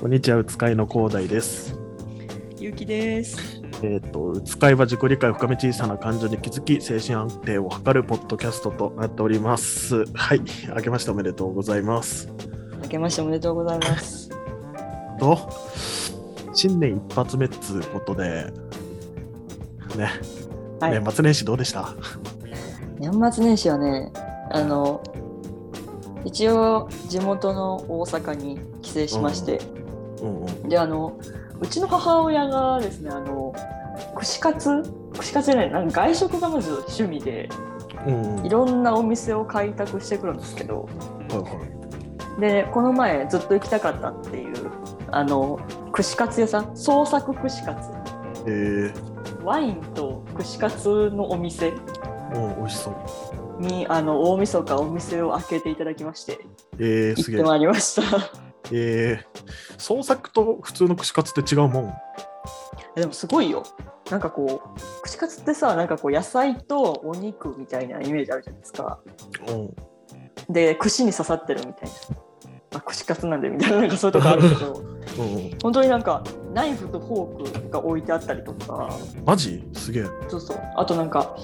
こんにちは、うつかいの広大です。ゆうきです。えっ、と、うつかいは自己理解を深め小さな感情に気づき、精神安定を図るポッドキャストとなっております。はい、明けましておめでとうございます。明けましておめでとうございます。と、新年一発目っつうことで、ね、はい年末年始どうでした年末年始はね、あの、一応地元の大阪に帰省しまして、うんうん。で、あの、うちの母親がですね、あの、串カツ串カツじゃない、なんか外食がまず趣味で、うんうん。いはいろんなお店を開拓してくるんですけど、はい。で、この前ずっと行きたかったっていう、あの、串カツ屋さん、創作串カツ。えー、ワインと串カツのお店うん、美味しそう。にあの大晦日お店を開けていただきましてえー、行っすげてまいりました え。えー、創作と普通の串カツって違うもん。でもすごいよなんかこう串カツってさなんかこう野菜とお肉みたいなイメージあるじゃないですかうん。で串に刺さってるみたいな、まあ、串カツなんでみたいななんかそういうとこあるけ どうんうん。本当になんかナイフとフォークが置いてあったりとかマジすげえ。そうそうあとなんか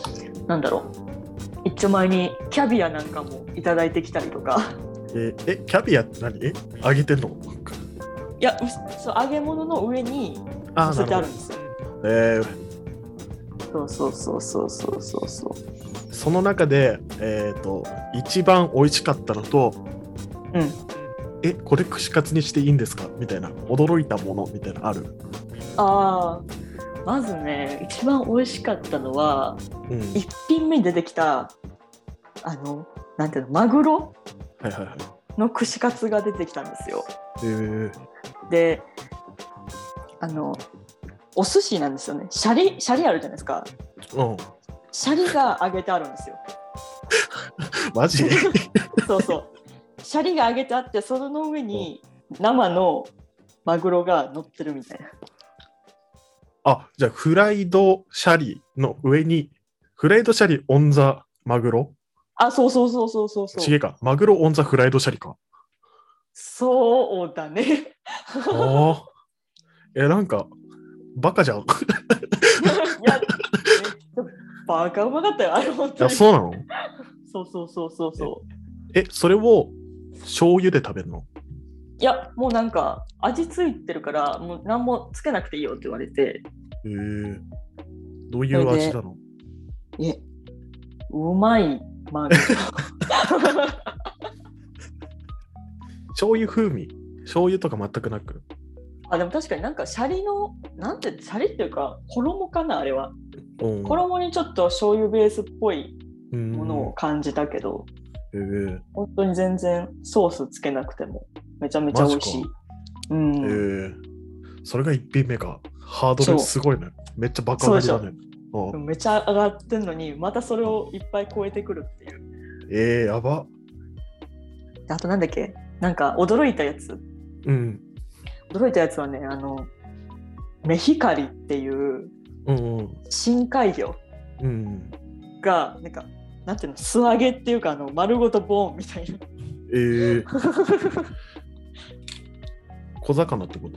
なんだろう一丁前にキャビアなんかもいただいてきたりとかえーえ、キャビアって何揚げてんのいやうそう揚げ物の上にあ乗せてあるんほですよどえそうそうそうそうそうそうそう。ーその中で、えー、と一番美味しかったのとうん。えこれ串カツにしていいんですかみたいな驚いたものみたいなあるああ、まずね、一番美味しかったのは、うん一品目に出てきた、あの、なんていうの、マグロはいはいはいの串カツが出てきたんですよ。えー、で、あの、お寿司なんですよね。シャリ、シャリあるじゃないですか。うんシャリが揚げてあるんですよ。 マジ そう そう。シャリが揚げてあって、その上に生のマグロが乗ってるみたいな。あじゃあフライドシャリの上にフライドシャリオンザマグロあ、そうそうそうそうそうそう。ちげかマグロオンザフライドシャリかそうだね。 あーえなんかバカじゃ んい いや、めっちゃバカうまかったよ、あれ本当やに。そうなのそうそうそうそうそう。えそれを醤油で食べるのいや、もうなんか味付いてるから、もう何もつけなくていいよって言われて。えー、どういう味なのえ、うまいマグロ。醤油風味醤油とか全くなく あ、でも確かになんかシャリの、なんて、シャリっていうか、衣かな、あれは。うん衣にちょっと醤油ベースっぽいもものを感じたけど、えー本当に全然ソースつけなくても、めちゃめちゃ美味しいマジ。うえん。ーそれが1品目かハードルすごいねめっちゃバカ売りだねあめちゃ上がってんのにまたそれをいっぱい超えてくるっていうえー、やばあとなんだっけなんか驚いたやつうん驚いたやつはねあのメヒカリっていううんうん深海魚うんがなんかなんていうの素揚げっていうかあの丸ごとボーンみたいなえー、小魚ってこと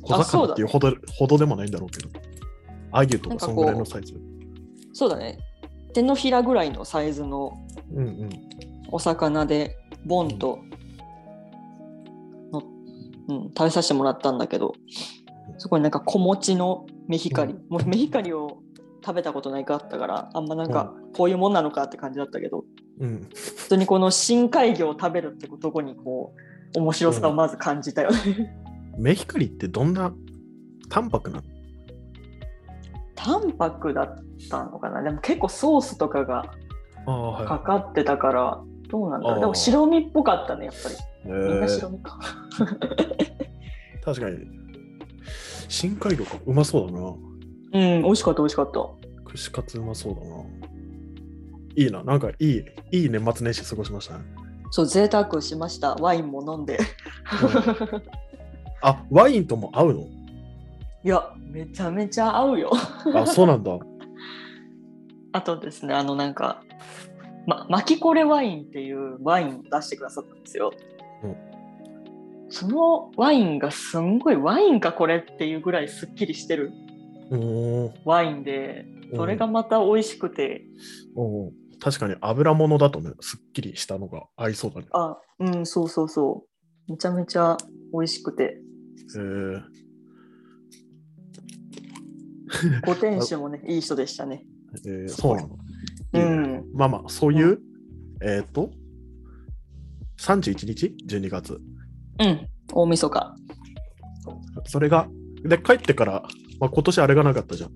小あそ魚うだっていうほどほどでもないんだろうけどアユとなかんかそこうんぐらいのサイズそうだね手のひらぐらいのサイズのうんうんお魚でボンとの、うん、食べさせてもらったんだけどそこになんか小餅のメヒカリ、うんもうメヒカリを食べたことないかったからあんまなんかこういうもんなのかって感じだったけどうん普通にこの深海魚を食べるってことこにこう面白さをまず感じたよね、 メヒカリってどんな淡白なの淡白だったのかなでも結構ソースとかがああはいかかってたからどうなんだあろうーでも白身っぽかったねやっぱりえみんなー白身か、確かに深海魚かうまそうだなうん美味しかった美味しかった串カツうまそうだないいななんかいいいい年末年始過ごしま したね、そう贅沢しましたワインも飲んでうんあワインとも合う いやめちゃめちゃ合うよのあそうなんだあとですねあのなんか、ま、マキコレワインっていうワインを出してくださったんですよ、うんそのワインがすんごいワインかこれっていうぐらいすっきりしてるうん。ワインでそれがまた美味しくて、うん、うん確かに油物だとね、すっきりしたのが合いそうだね。あうんそうそうそうめちゃめちゃ美味しくてえー、ご店主もねいい人でしたねえーそうなの。ういいねんまあまあ、そういう、えっ、と、31日 ?12 月。うん大晦日それが、で、帰ってから、まあ、今年あれがなかったじゃん。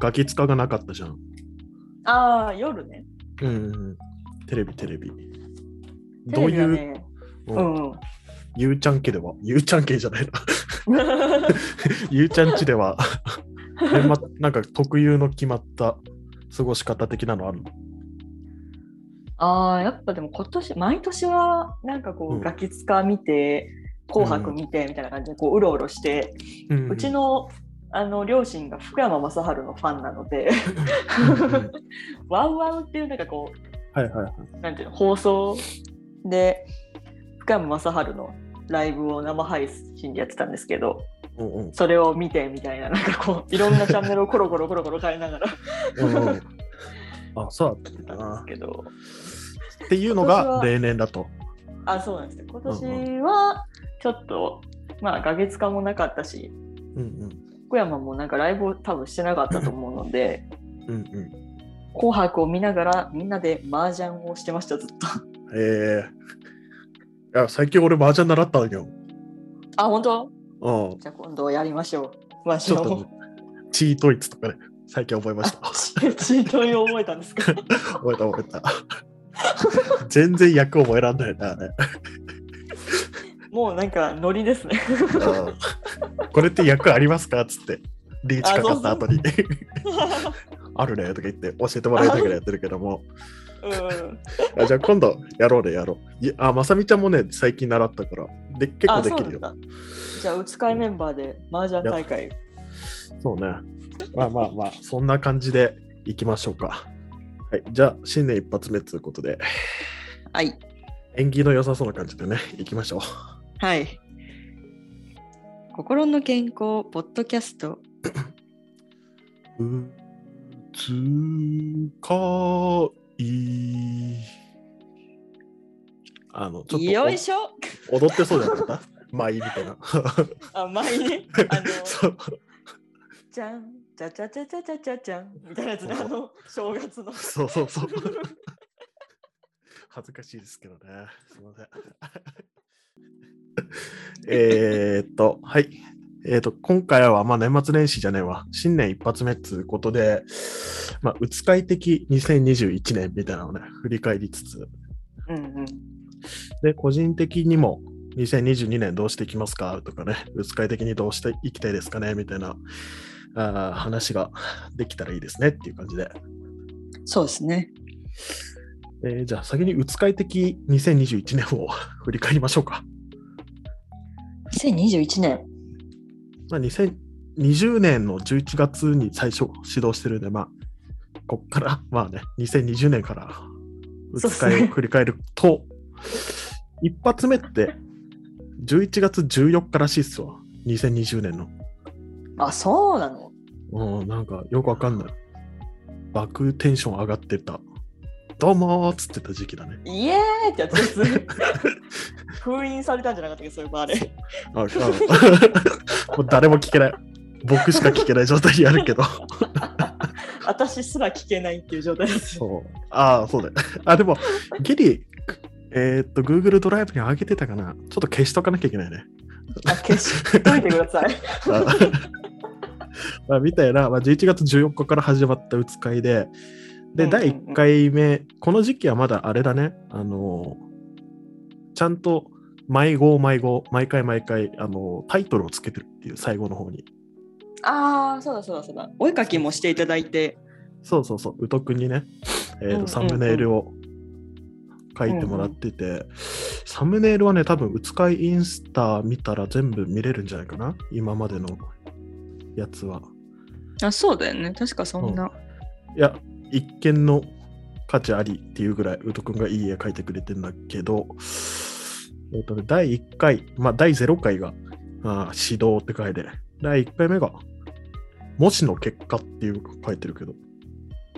ガキ使がなかったじゃん。ああ夜ねうんうんうん。テレビ、テレビ。テどレうビはいう、ねううんん、 ゆうちゃん家では、 ゆうちゃん家じゃないな。ゆうちゃん家では、 年末なんか特有の決まった過ごし方的なのあるのああやっぱでも今年毎年はなんかこう、うんガキツカ見て「紅白」見てみたいな感じでこううろうろして、ううんちのあの両親が福山雅治のファンなので うんうん「ワウワウ」っていうなんかこはいはいはい。うなんていうの放送で福山雅治のライブを生配信でやってたんですけどうんうんそれを見てみたいななんかこういろんなチャンネルをコロコロコロコロ変えながらうんうん、 あ、そうだったんだなんな。ですけどっていうのが例年だと。あそうなんですね今年はちょっと、まあガキツカもなかったしうん福山もなんかライブを多分してなかったと思うの でうん。うんうん。 「紅白」を見ながらみんなで麻雀をしてましたずっとえー、いや最近俺麻雀習ったんよ。あ本当うん。じゃあ今度やりましょう麻ち雀ょっとねを、チートイツとかね、最近覚えました。チートイを覚えたんで すか覚えた覚えた。全然役覚えらんないな、あれ。もうなんかノリですねうんこれって役ありますかつって、リーチかかった後に。 あるねとか言って教えてもらいながらやってるけども。うんあじゃあ今度やろうね、やろう。いやあ、まさみちゃんもね、最近習ったから、で結構あでそうきなるよん。だじゃあうつ会メンバーで麻雀大会そうね。まあまあまあ、そんな感じでいきましょうか。はい、じゃあ、新年一発目ということで、はい縁起の良さそうな感じでね、いきましょう。はい心の健康ポッドキャストうつかい。あの、ちょっとよいしょお踊ってそうじゃなかったまあいいみたいな。あ前ね あのそうじゃんじゃじゃじゃじゃじゃじゃじゃんみたいなやつねそうあの正月のそうそうそう。恥ずかしいですけどね。すみません。えーっと、はい。えーっと、今回は、まあ、年末年始じゃねえわ。新年一発目ということで、まあ、うつかい的2021年みたいなのをね、振り返りつつ、うんうんで、個人的にも、2022年どうしていきますかとかね、うつかい的にどうしていきたいですかねみたいなあー話ができたらいいですねっていう感じで。そうですねえーじゃあ先にうつかい的2021年を 振り返りましょうか。 2021年まあ、2020年の11月に最初指導してるんで、まあ、こっから、まあね、2020年からうつかいを振り返ると、一発目って11月14日らしいっすわ。2020年の。あそうなのうん、なんかよくわかんない。爆テンション上がってた。どうもーっつってた時期だね。イエーイってやつです封印されたんじゃなかったっけそういう場あ れああ もう誰も聞けない。僕しか聞けない状態でやるけど。私すら聞けないっていう状態ですそう。ああ、そうだよ。あ、でも、ギリ、えーっと、Google ドライブに上げてたかな。ちょっと消しとかなきゃいけないね。あ消しといてくださいあ まあ、みたいな、まあ、11月14日から始まったうつ会で、で、うんうんう第ん1回目、この時期はまだあれだね、あのーちゃんと毎号毎号、毎回毎回、あのータイトルをつけてるっていう最後の方に。ああそうだそうだそうだお絵かきもしていただいてそうそうそう、宇都くんにね、えーうんうんうとんサムネイルを書いてもらってて、サムネイルはね、多分、うつかいインスタ見たら全部見れるんじゃないかな、今までのやつは。あそうだよね確かそんないや、一見の価値ありっていうぐらい、宇都くんがいい絵描いてくれてんだけど、えっ、とね、第1回、まあ、第0回が、あー指導って書いて、第1回目が、模試の結果っていう書いてるけど、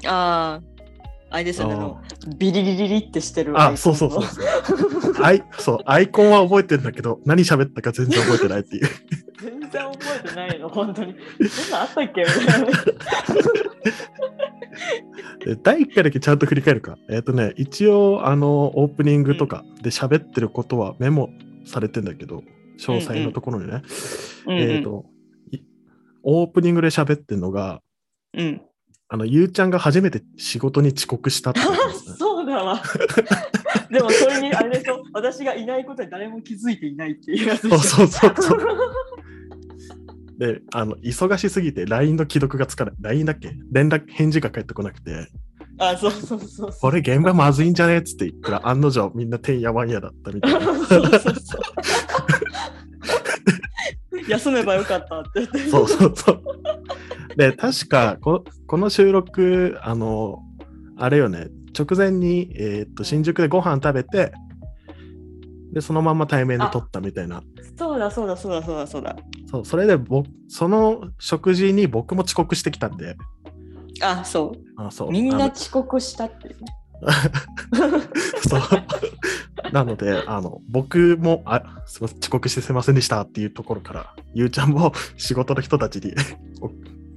ああ、あれですよね、あの、ビリリリリってしてる。あ、そうそうそう。 そうアイ。そう、アイコンは覚えてるんだけど、何喋ったか全然覚えてないっていう。全然覚えてないの、 本当に。そんなんあった っけみたいな。で第1回だけちゃんと振り返るか。えっ、とね、一応、あの、オープニングとかで喋ってることはメモされてんだけど、詳細のところにね。うんえっ、と、いオープニングで喋ってるのが、うん、うん。。あの、ゆうちゃんが初めて仕事に遅刻したっていうことですねそうだ わ。でも、それに、あれでしょ、私がいないことに誰も気づいていないっていうやつ でしそょうそうそうそう。で、あの、忙しすぎて LINE の既読がつかない。LINE だっけ連絡、返事が返ってこなくて、 あ、そうそうそうそう。これ現場まずいんじゃねって言ったら、案の定みんなてんやわんやだったみたいな。そうそうそう。 休めばよかったって言って。そうそうそう。で、確かこ、この収録、あの、あれよね、直前に、えーっと、新宿でご飯食べて、で、そのまんま対面で撮ったみたいな。そうだそうだそうだそうだそうだ。そう、それで僕、その食事に僕も遅刻してきたんで、あ、そう。あそうみんあな の遅刻したっていう。 そう。 なので、あの、僕も、あ、すみません、遅刻してすいませんでしたっていうところから、ゆうちゃんも仕事の人たちに、 お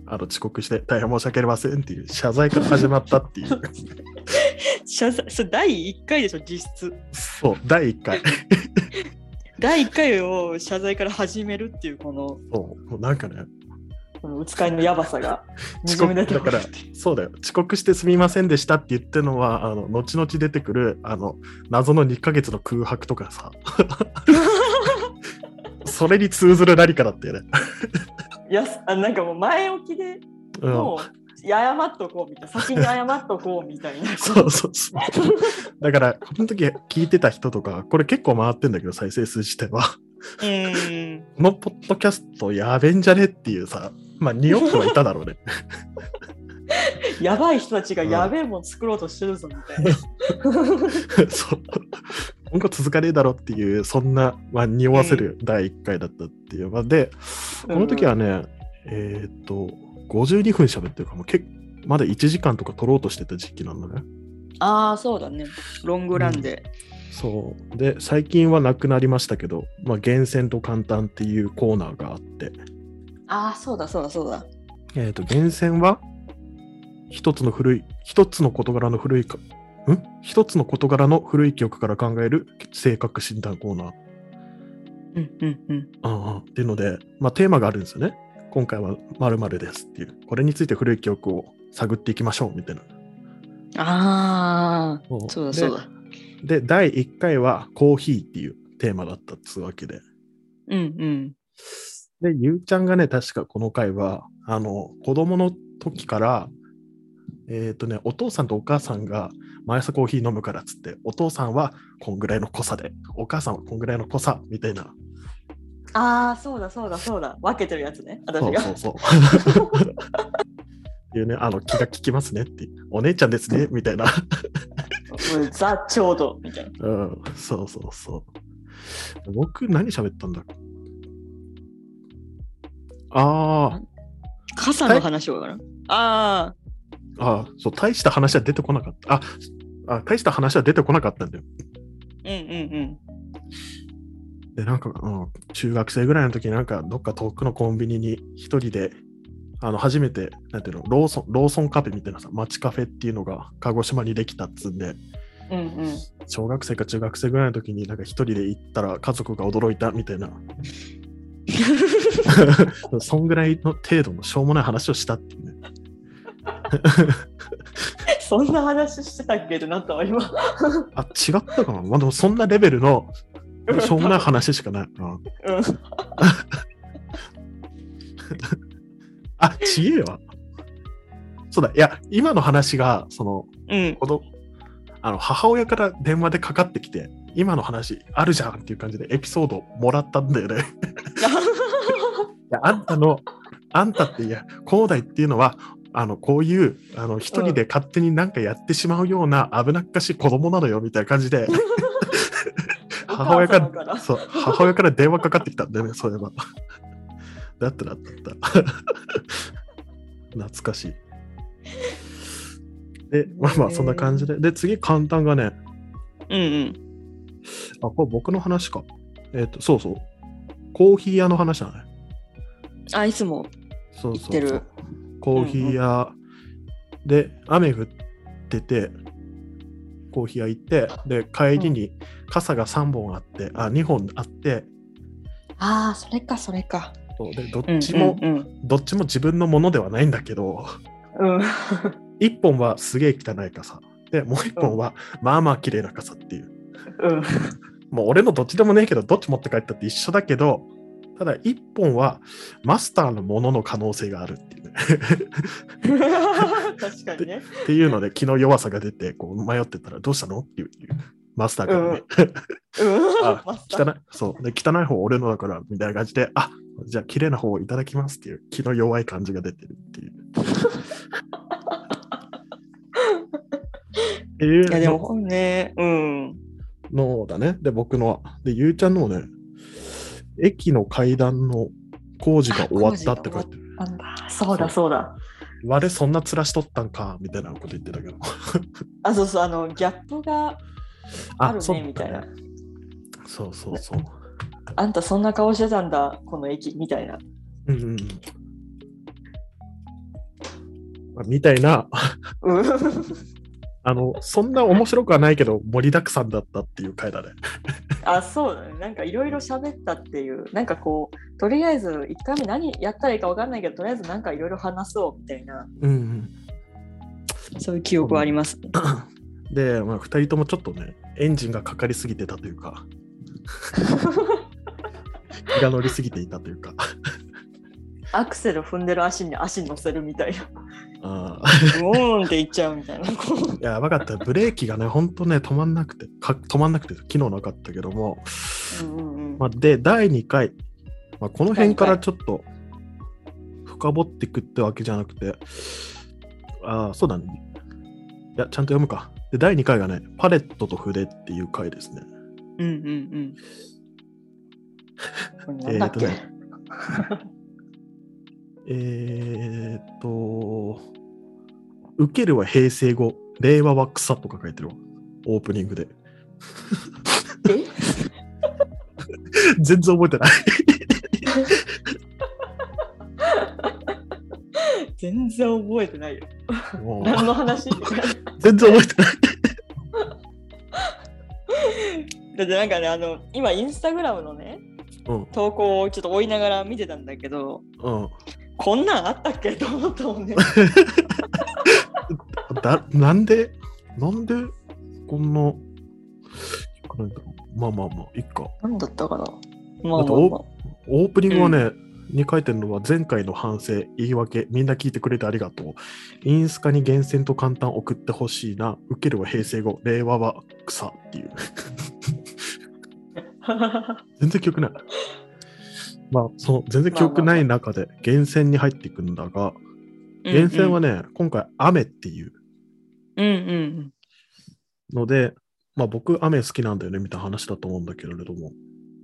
あの、遅刻して大変申し訳ありませんっていう謝罪から始まったっていう。謝罪それ第1回でしょ、実質。そう、第1回。 第1回を謝罪から始めるっていうこのそう、もうなんかね、このうつかいのやばさ が遅刻滲み出てだくかるら、そうだよ、遅刻してすみませんでしたって言ってるのは、あの、後々出てくる、あの、謎の2ヶ月の空白とか さ、それに通ずる何かだったよね。いやあなんかもう前置きでうん、もう謝っとこうみたいな先に謝っとこうみたいなそうそうそう。だから、この時聞いてた人とか、これ結構回ってんだけど、再生数自体は。 うんこのポッドキャストやべんじゃねっていうさ、まあ、匂ってはいただろうね。やばい人たちがやべえもん作ろうとしてるぞみたいな、 そう。今後続かねえだろっていう、そんな、まあ、匂わせる第1回だったっていう。まあ、で、この時はね、えーっと、52分喋ってるから、もう結構まだ1時間とか取ろうとしてた時期なんだね。 ああそうだねロングランで、そう。で、最近はなくなりましたけど、まあ、厳選と簡単っていうコーナーがあって、ああそうだそうだそうだえっ、と、源泉は、一つの古い、一つの事柄の古いか、ん一つの事柄の古い記憶から考える性格診断コーナー。うんうんうんうんうんっていうので、まあ、テーマがあるんですよね。今回は〇〇ですっていう。これについて古い記憶を探っていきましょうみたいな。ああそうだそうだで。で、第1回はコーヒーっていうテーマだったっつうわけで。うんうんで、ゆうちゃんがね、確かこの回は、あの、子供の時から、えっ、とね、お父さんとお母さんが毎朝コーヒー飲むからっつって、お父さんはこんぐらいの濃さで、お母さんはこんぐらいの濃さみたいな。ああそうだそうだそうだ分けてるやつね私そうがそうそう。 っていうね、あの、気が利きますねっていう、お姉ちゃんですね、みたいな。 もうザちょうどみたいなうん、そうそうそう。僕、何喋ったんだあ傘の話をかな、あーあー、そう、大した話は出てこなかった。ああ大した話は出てこなかったんだよ。あうんうんで、なんか、うん、中学生ぐらいの時なんか、どっか遠くのコンビニに一人で、あの、初めて、なんていうの、ローソン、ローソンカフェみたいなさ、街カフェっていうのが鹿児島にできたっつんで、うんうんうん小学生か中学生ぐらいの時になんか一人で行ったら家族が驚いたみたいなそんぐらいの程度のしょうもない話をしたっていうねそんな話してたっけってなったわ今あ違ったかなまあでもそんなレベルのしょうもない話しかないなうんあちげえわそうだいや今の話がその うん子供あの母親から電話でかかってきて今の話あるじゃんっていう感じでエピソードもらったんだよねいやあんたの、あんたっていや、恒大っていうのは、あのこういうあの一人で勝手になんかやってしまうような危なっかしい子供なのよみたいな感じで、 母親からお母様からそう母親から電話かかってきたんだよね、そう いえば。だったらだった。 懐かしい。で、まあまあ、そんな感じで。で、次、簡単がね、うんうん。あ、これ僕の話か。えっ、と、そうそう。コーヒー屋の話だね。あ、いつも。そうそう言ってそるう。コーヒー屋で雨降ってて、コーヒー屋行って、で、帰りに傘が3本あって、あ、2本あって、ああ、それか、それか。そうでどうんっちも、うんうん。どっちも自分のものではないんだけど、うん、 1本はすげえ汚い傘。で、もう1本はまあまあ綺麗な傘っていう。うん、 もう俺のどっちでもねえけど、どっち持って帰ったって一緒だけど、ただ1本はマスターのものの可能性があるっていうね。確かにね。っていうので、気の弱さが出て、こう迷ってたら、どうしたのっていうマスターからね、うん、あマスター汚い、そう、で汚い方俺のだから、みたいな感じで、あじゃあ綺麗な方をいただきますっていう、気の弱い感じが出てるっ ていう。っていういやでのもね、うん。のだね。で、僕のは。で、ゆうちゃんのもね、駅の階段の工事が終わったって書いてる。あんだそうだそうだ。我そんな面しとったんか、みたいなこと言ってたけど。あ、そうそう、あの、ギャップがあるね、みたいな。。そうだねそうそうそう。あんたそんな顔してたんだ、この駅、みたいな。うんうんうんまあみたいな、うん。あの、そんな面白くはないけど、盛りだくさんだったっていう回だね。あ、そうだね。なんかいろいろ喋ったっていう、なんかこう、とりあえず一回目何やったらいいかわかんないけど、とりあえずなんかいろいろ話そうみたいな、うんうん、そういう記憶はありますね。で、まあ、2人ともちょっとね、エンジンがかかりすぎてたというか、気が乗りすぎていたというか、アクセル踏んでる足に足乗せるみたい な。あうーんって言っちゃうみたいな。ーやばかった。ブレーキがね、ほんとね、止まんなくて、か止まんなくて、機能なかったけども、うんうんうんまあ、で、第2回、まあ、この辺からちょっと深掘っていくってわけじゃなくて、ああ、そうだね。いや、ちゃんと読むか。で、第2回がね、パレットと筆っていう回ですね。うん うんうん。これなんだっけ、えーえー、っと、受けるは平成語、令和は草とか書いてるわ。オープニングで。え全然覚えてない。全然覚えてないよ。もう何の 話だ全然覚えてない。ってなんかね、あの、今インスタグラムのね、うん、投稿をちょっと追いながら見てたんだけど、うん。こんなんあったっけ と思ったもんね。だなんでなんでこんな聞かないんだろうまあまあまあいっか何だったかなまだあってまあまあおオープニングはね、に書いてるのは前回の反省言い訳みんな聞いてくれてありがとうインスカに厳選と簡単送ってほしいな受けるは平成語令和は草っていう 全然記憶ないまあその全然記憶ない中で厳選に入っていくんだが厳選はね。ね、今回雨っていううんうん。ので、まあ僕、雨好きなんだよね、みたいな話だと思うんだけれども。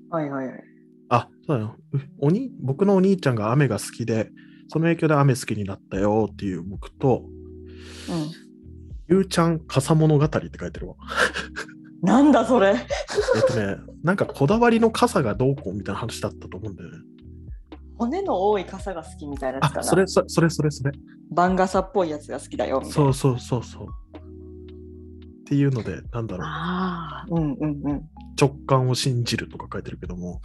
はいはいはい。あ、そうだよ。うおに僕のお兄ちゃんが雨が好きで、その影響で雨好きになったよっていう僕と、うん、ゆうちゃん傘物語って書い てるわ。なんだそれえっとね、なんかこだわりの傘がどうこうみたいな話だったと思うんだよね。骨の多い傘が好きみたいなやつかあ、な。それ、それ、それ、それ、それ。番傘っぽいやつが好きだよみたいな。そうそうそうそう。っていうので、なんだろう。ああ、うんうんうん。直感を信じるとか書いてるけど も、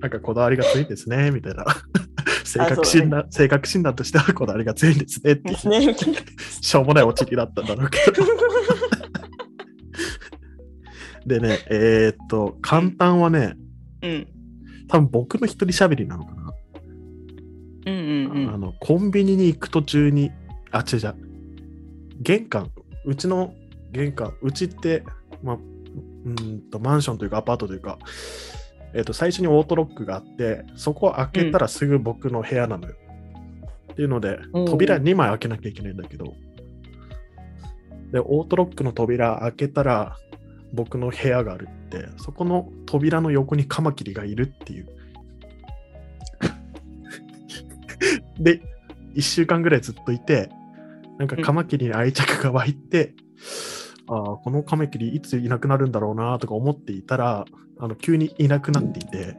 なんかこだわりが強いんですね、みたいな。性格診断、性格診断としてはこだわりが強いんですねっていでうす ね。しょうもないオチになったんだろうけ ど。でね、えー、っと、簡単はね、うん。多分僕の一人喋りなのかな。うんうんうあん。の、コンビニに行く途中に、あ、違う違う。玄関、うちの玄関、うちって、まあ、うーんと、マンションというかアパートというか、えっ、と、最初にオートロックがあって、そこを開けたらすぐ僕の部屋なのよ。っていうので、うん扉2枚開けなきゃいけないんだけど、で、オートロックの扉開けたら、僕の部屋があるってそこの扉の横にカマキリがいるっていう で1週間ぐらいずっといてなんかカマキリに愛着が湧いて、ああこのカマキリいついなくなるんだろうなとか思っていたらあの急にいなくなっていて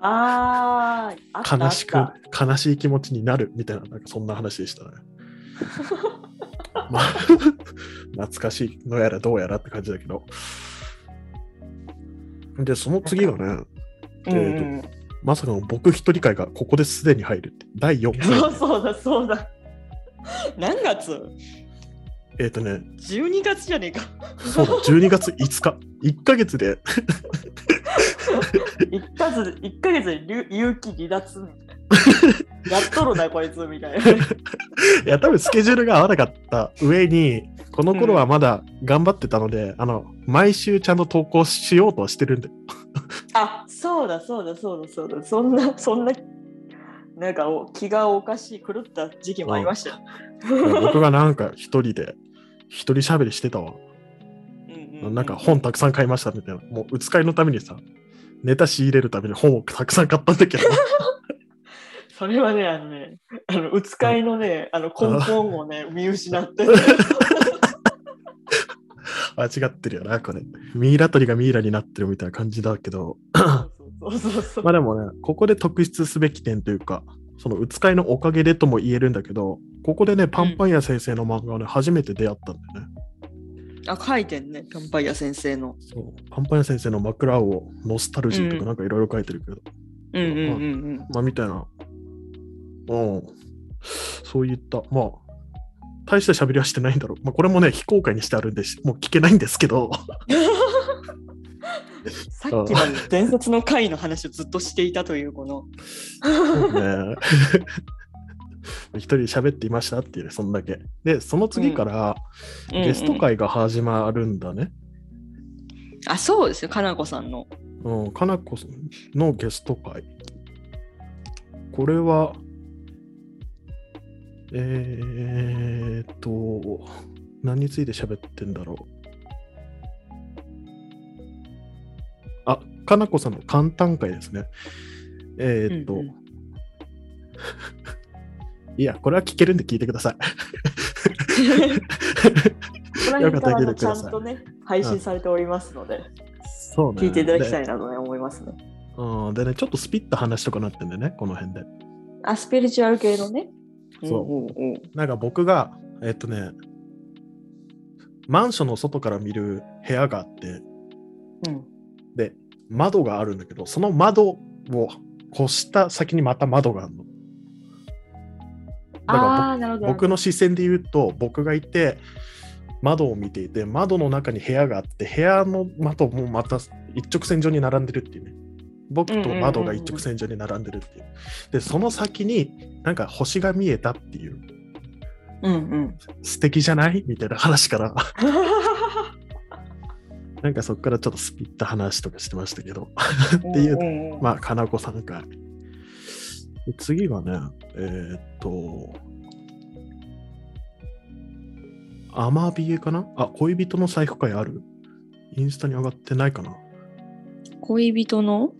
あーあった悲しくあっ悲しい気持ちになるみたいななんかそんな話でしたね。まあ 懐かしいのやらどうやらって感じだけど。で、その次がね、たうんうんまさかの僕一人会がここですでに入るって、第4回そ う。そうだそうだ何月えっとね、 12月じゃねえかそうだ、12月5日、1ヶ月で、 1ヶ月で一ヶ月で有有期 離脱みたいなやっとるなこいつみたいないや、多分スケジュールが合わなかった上に、この頃はまだ頑張ってたので、あの、毎週ちゃんと投稿しようとはしてるんで、あそうだそうだそうだそうだそんな そんななんかお気がおかしい狂った時期もありましたよ。いや 僕がなんか一人で、一人喋りしてたわ。うんなんか本たくさん買いましたみたいな。もう、うつかいのためにさ、ネタ仕入れるために本をたくさん買ったんだけ ど、それはねあのねあのうつかいのねあの根本 をね見失って間違ってるよな、これ。ミイラ取りがミイラになってるみたいな感じだけど、そうそうそうまあでもね、ここで特筆すべき点というか、その、うつかいのおかげでとも言えるんだけど、ここでね、パンパン屋先生の漫画はね、初めて出会ったんだよね。あ書いてんねカンパイア先生の。そうパンパン屋先生の枕をノスタルジーとかなんかいろいろ書いてるけど、うんうんうん うん。まあみたいな。うん。そういった、まあ、大した喋りはしてないんだろう。まあこれもね、非公開にしてあるんでし、もう聞けないんですけど、さっきまで伝説の回の話をずっとしていたというこの。ね 一人で喋っていましたっていうね、そんだけ。で、その次からゲストうんうん会が始まるんだね。あそうですよかなこさんの。うん、かなこさんのゲスト会。これは、えーっと、何について喋ってんだろう。あ、かなこさんの簡単会ですね。えーっと、うんうんいや、これは聞けるんで聞いてください。 この辺からあよかったら聞いのてちくゃださいんとね配信されておりますので、そうね。聞いていただきたい。いなと、ね、思いますね。うん、でね、ちょっとスピった話とかなってんだよね、この辺で。あスピリチュアル系のね。そううんうんうんなんか僕が、えっとね、マンションの外から見る部屋があって、うんで、窓があるんだけど、その窓を越した先にまた窓があるの。だあかあー、なるほらど。僕の視線で言うと、僕がいて、窓を見ていて、窓の中に部屋があって、部屋の窓もまた一直線上に並んでるっていうね。僕と窓が一直線上に並んでるっていう。で、その先になんか星が見えたっていう。うんうん。素敵じゃないみたいな話から、なんかそこからちょっとスピった話とかしてましたけど、 っていうんうんまあ、かなこさん会。で次はね、えーっと、アマビエかなあ、恋人の財布会あるインスタに上がってないかな恋人の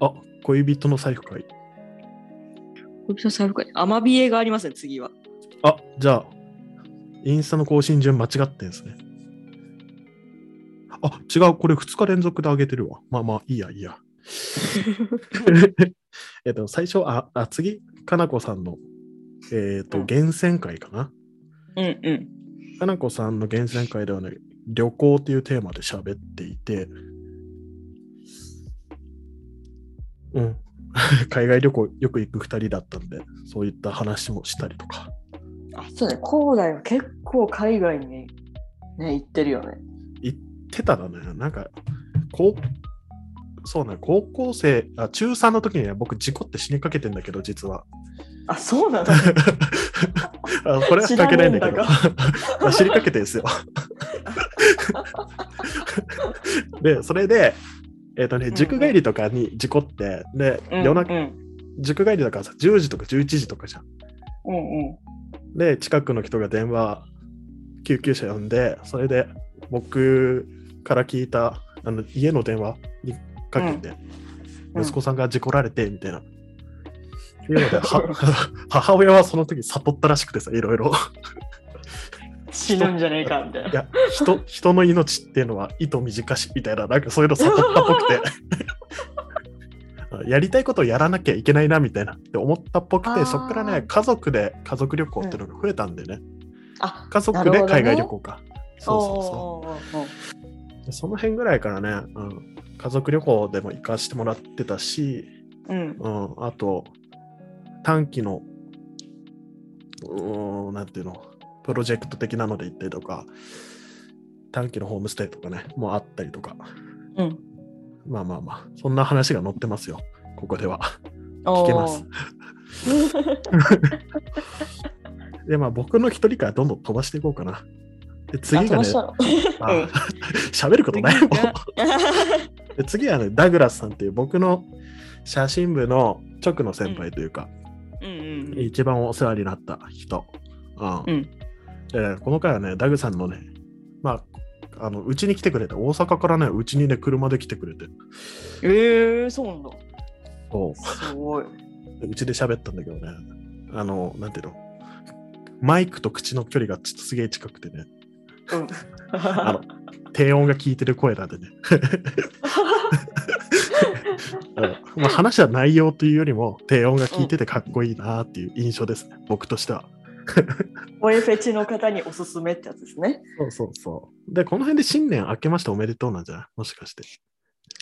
あ、恋人の財布会。恋人の財布会。アマビエがありますね、次は。あ、じゃあ、インスタの更新順間違ってんですね。あ、違う、これ2日連続で上げてるわ。まあまあ、いいや、いい や。えっと、最初、あ、あ次、かなこさんの、えっ、と、うん厳選会かな。うんうん。かなこさんの厳選会ではね、旅行というテーマで喋っていて、うん、 海外旅行よく行く2人だったんで、そういった話もしたりとか。あ、そうね。高大は結構海外にね、行ってるよね。てただね、なんか、こう、そうね、高校生、あ中3の時には僕、事故って死にかけてんだけど、実は。あ、そう なのあこれは関係ないんだけど知らね。 まあ死にかけてんですよ。で、それで、えっ、とね、塾帰りとかに事故って、で、夜中、うん塾帰りだからさ、10時とか11時とかじゃん。うんうん。で、近くの人が電話、救急車呼んで、それで、僕から聞いたあの家の電話にかけて、うん息子さんが事故られてみたいな。っていうのでは 母親はその時悟ったらしくてさいろいろ。死ぬんじゃねえかみたいないや人人の命っていうのは糸短しみたいななんかそういうの悟ったっぽくてあ やりたいことをやらなきゃいけないなみたいなって思ったっぽくあてーそこからね家族で家族旅行っていうのが増えたんでね、あ家族で海外旅行か、そうそうそうそう。でその辺ぐらいからね、うん、家族旅行でも行かしてもらってたし、おーおーおーうん。うん、あと短期のうーんなんていうのプロジェクト的なので行ったりとか短期のホームステイとかねもうあったりとかうん。まあまあまあそんな話が載ってますよここでは 聞けます でまあ僕の一人からどんどん飛ばしていこうかなで次がねああ 喋ることないもんで次はねダグラスさんっていう僕の写真部の直の先輩というか、 うんうん。一番お世話になった人、うんうんでねこの回はねダグさんのねまああのうちに来てくれて大阪からねうちにね車で来てくれてええ、そうなんだ。そすごい。ううちで喋ったんだけどねあのなんていうのマイクと口の距離がちょっとすげえ近くてねうん。あの低音が効いてる声なんでね、うんまあ、話は内容というよりも低音が効いててかっこいいなっていう印象ですね、僕としては声フェチの方におすすめってやつですね。そうそうそうでこの辺で新年明けましておめでとうなんじゃないもしかして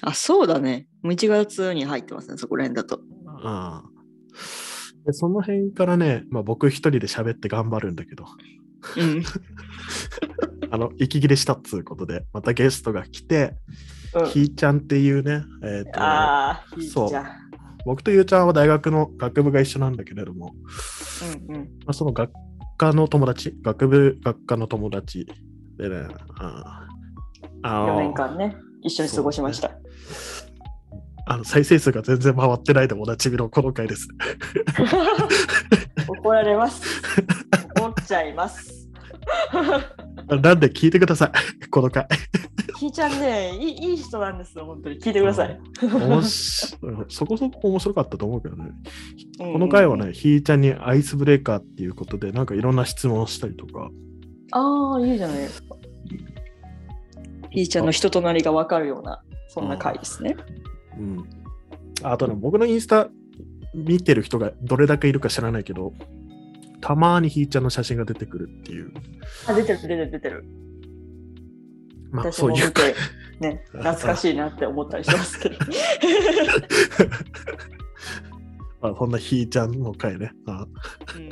あ、そうだね。もう1月に入ってますね、そこら辺だと。ああでその辺からね、まあ、僕一人で喋って頑張るんだけど うん。あの息切れしたっつうことでまたゲストが来て、うんひーちゃんっていうね、えーとああ、そうひーちゃん。僕とゆうちゃんは大学の学部が一緒なんだけれども、うんうん。まあ、その学科の友達、学部学科の友達でね、あーあ4の年間ね、一緒に過ごしました。あの再生数が全然回ってないでおなじみのこの回です。 怒られます。怒っちゃいます。なんで聞いてください、 この 回。ひーちゃんね、いいいい人なんですよ、本当に。聞いてください。面白そこそこ面白かったと思うけどね。ここの回は。ね、ひーちゃんにアイスブレーカーっていうことで、なんかいろんな質問をしたりとか、ああ、いいじゃないですか。ひーちゃんの人となりがわかるような、そんな回ですね。うん、あとね、僕のインスタ見てる人がどれだけいるか知らないけど、たまにひーちゃんの写真が出てくるっていう、あ、出てる、出てる、出てる。まあ私そもう見いうて、ね、懐かしいなって思ったりしますけど。まあ、そんなひーちゃんの回ね。あ うん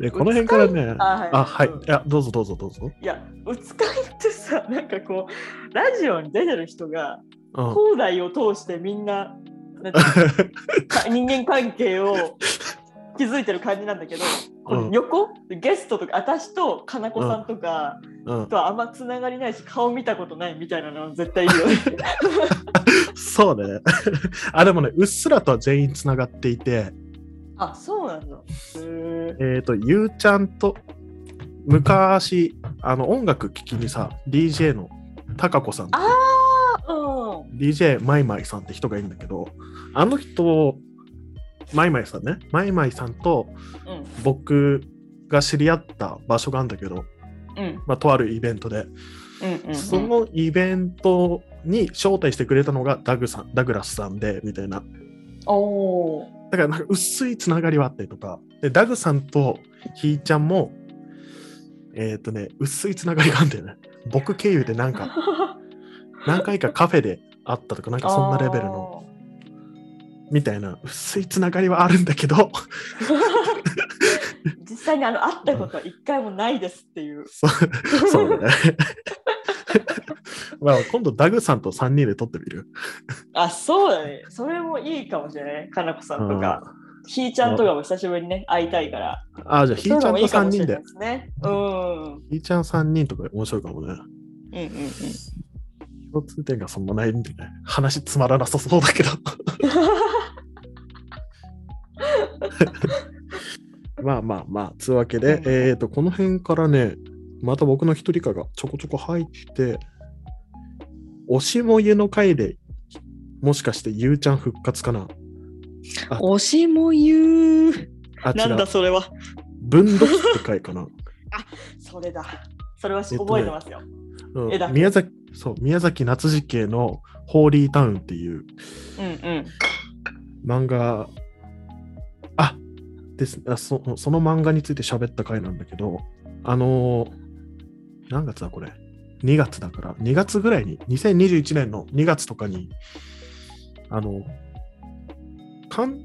でこの辺からね、あはいあはい、いうんや、どうぞどうぞどうぞ。いや、うつかいってさ、なんかこう、ラジオに出てる人が、うん、東大を通してみんな、なんていうのか 人間関係を築いてる感じなんだけど、この横ゲストとか私とかなこさんとか、うんと、はあんまつながりないし顔見たことないみたいなのは絶対いいよね。そうね。 あ、でもね、うっすらとは全員つながっていて、 あそうなんだ。へーえっ、と、ゆうちゃんと、昔、あの、音楽聴きにさ、DJ のたかこさんっていうああうん。 DJ マイマイさんって人がいるんだけど、あの人、マイマイさんね、マイマイさんとうん僕が知り合った場所があるんだけど、うんまあ、とあるイベントで、うんうんそのイベントに招待してくれたのがダグさんダグラスさんでみたいなおおだからなんか薄いつながりはあったりとかでダグさんとひーちゃんもえっ、とね薄いつながりがあるんだよね僕経由でなん かー。何回かカフェで会ったとかなんか そんなレベルのみたいな薄いつながりはあるんだけ どあー。実際にあの会ったことは一回もないですっていう。そうそうだね まあ今度ダグさんと3人で撮ってみるあそうだね。それもいいかもしれない。かなこさんとか、ひーちゃんとかも久しぶりにね会いたいから。ああじゃあひーちゃんと3人でそういうのもいいかもしれないですね。うん。うんひーちゃん3人とか面白いかもねうんうん。共通点がそんなないんでね話つまらなさそうだけどまあまあまあつうわけで、うんえっ、とこの辺からねまた僕の一人化がちょこちょこ入って推しもゆの回で、もしかしてゆうちゃん復活かなあ 推しも言う。あ、違なんだう。それは。分度器って回かな。それだ。それえはっとね覚えてますよ。 うんえだ宮崎、そう、宮崎夏時系のホーリータウンっていううんうん。漫画、あですあそその漫画について喋った回なんだけど、あのー何月だこれ ?2 月だから、2月ぐらいに、2021年の2月とかに、あの、関、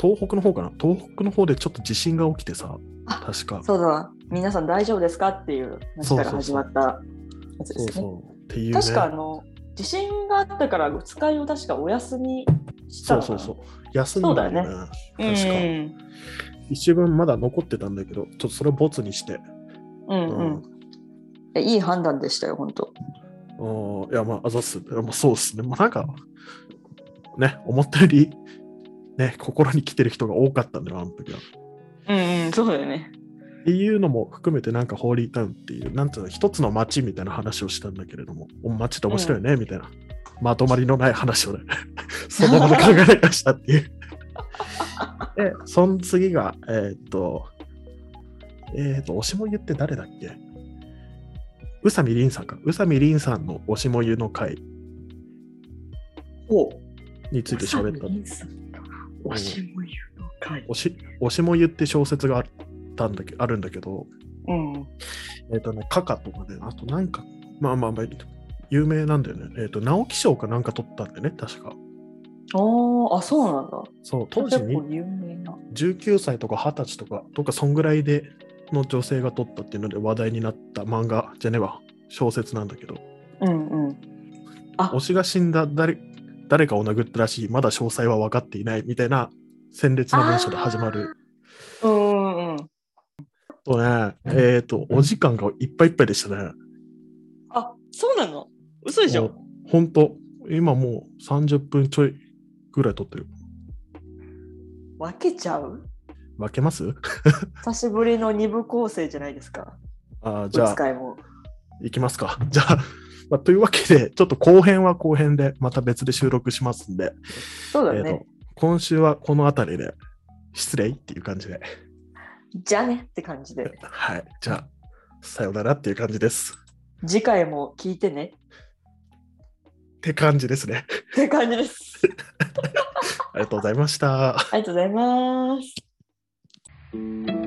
東北の方かな東北の方でちょっと地震が起きてさ、あ確か。そうだ。皆さん大丈夫ですかっていう話から始まったやつですよそうね。そう。っていう、ね。確かあの地震があったから使いを確かお休みしたそうのかそなうそう。休んだよね。そう確か。うん一文まだ残ってたんだけど、ちょっとそれをボツにして。うんうんえいい判断でしたよ本当うんいや、まあ、あざっす。まあ、そうですね。まあ、なんか、ね、思ったより、ね、心に来てる人が多かったんだよ、あの時は。うんうんそうだよねっていうのも含めて、なんか、ホーリータウンっていう、なんつうの、一つの街みたいな話をしたんだけれども、お街って面白いよね、みたいな、まとまりのない話をね、 そのまま考えながしたっていう。で、その次が、えーっと、えーっと、おしもゆって誰だっけ宇佐美凛さんか。宇佐美凛さんのおしもゆの回おについて喋った。おしもゆの会おしおしもゆって小説があったんだけあるんだけど、うんえっ、とね、カカとかね、あとなんか、まあまあまあ、有名なんだよね。えっ、と、直木賞かなんか取ったんだよね、確か。あああそうなんだそう、当時に結構有名な19歳とか20歳とか、とか、そんぐらいでの女性が取ったっていうので話題になった漫画じゃねえわ、小説なんだけど、うんうんあ推しが死んだ誰誰かを殴ったらしい、まだ詳細は分かっていないみたいな鮮烈な文章で始まる。うんうんうんあとね、えっ、と、お時間がいっぱいいっぱいでしたね。あそうなの嘘でしょ本当今もう30分ちょいぐらい撮ってる。分けちゃう負けます久しぶりの二部構成じゃないですかあーじゃあ、使いも行きますか。 じゃあ、まあというわけで、ちょっと後編は後編で、また別で収録しますんで、そうだえーねと今週はこの辺りで、失礼っていう感じで、じゃあねって感じではい、じゃあ、さよならっていう感じです。次回も聞いてねって感じですね。って感じです。 ありがとうございました。ありがとうございます。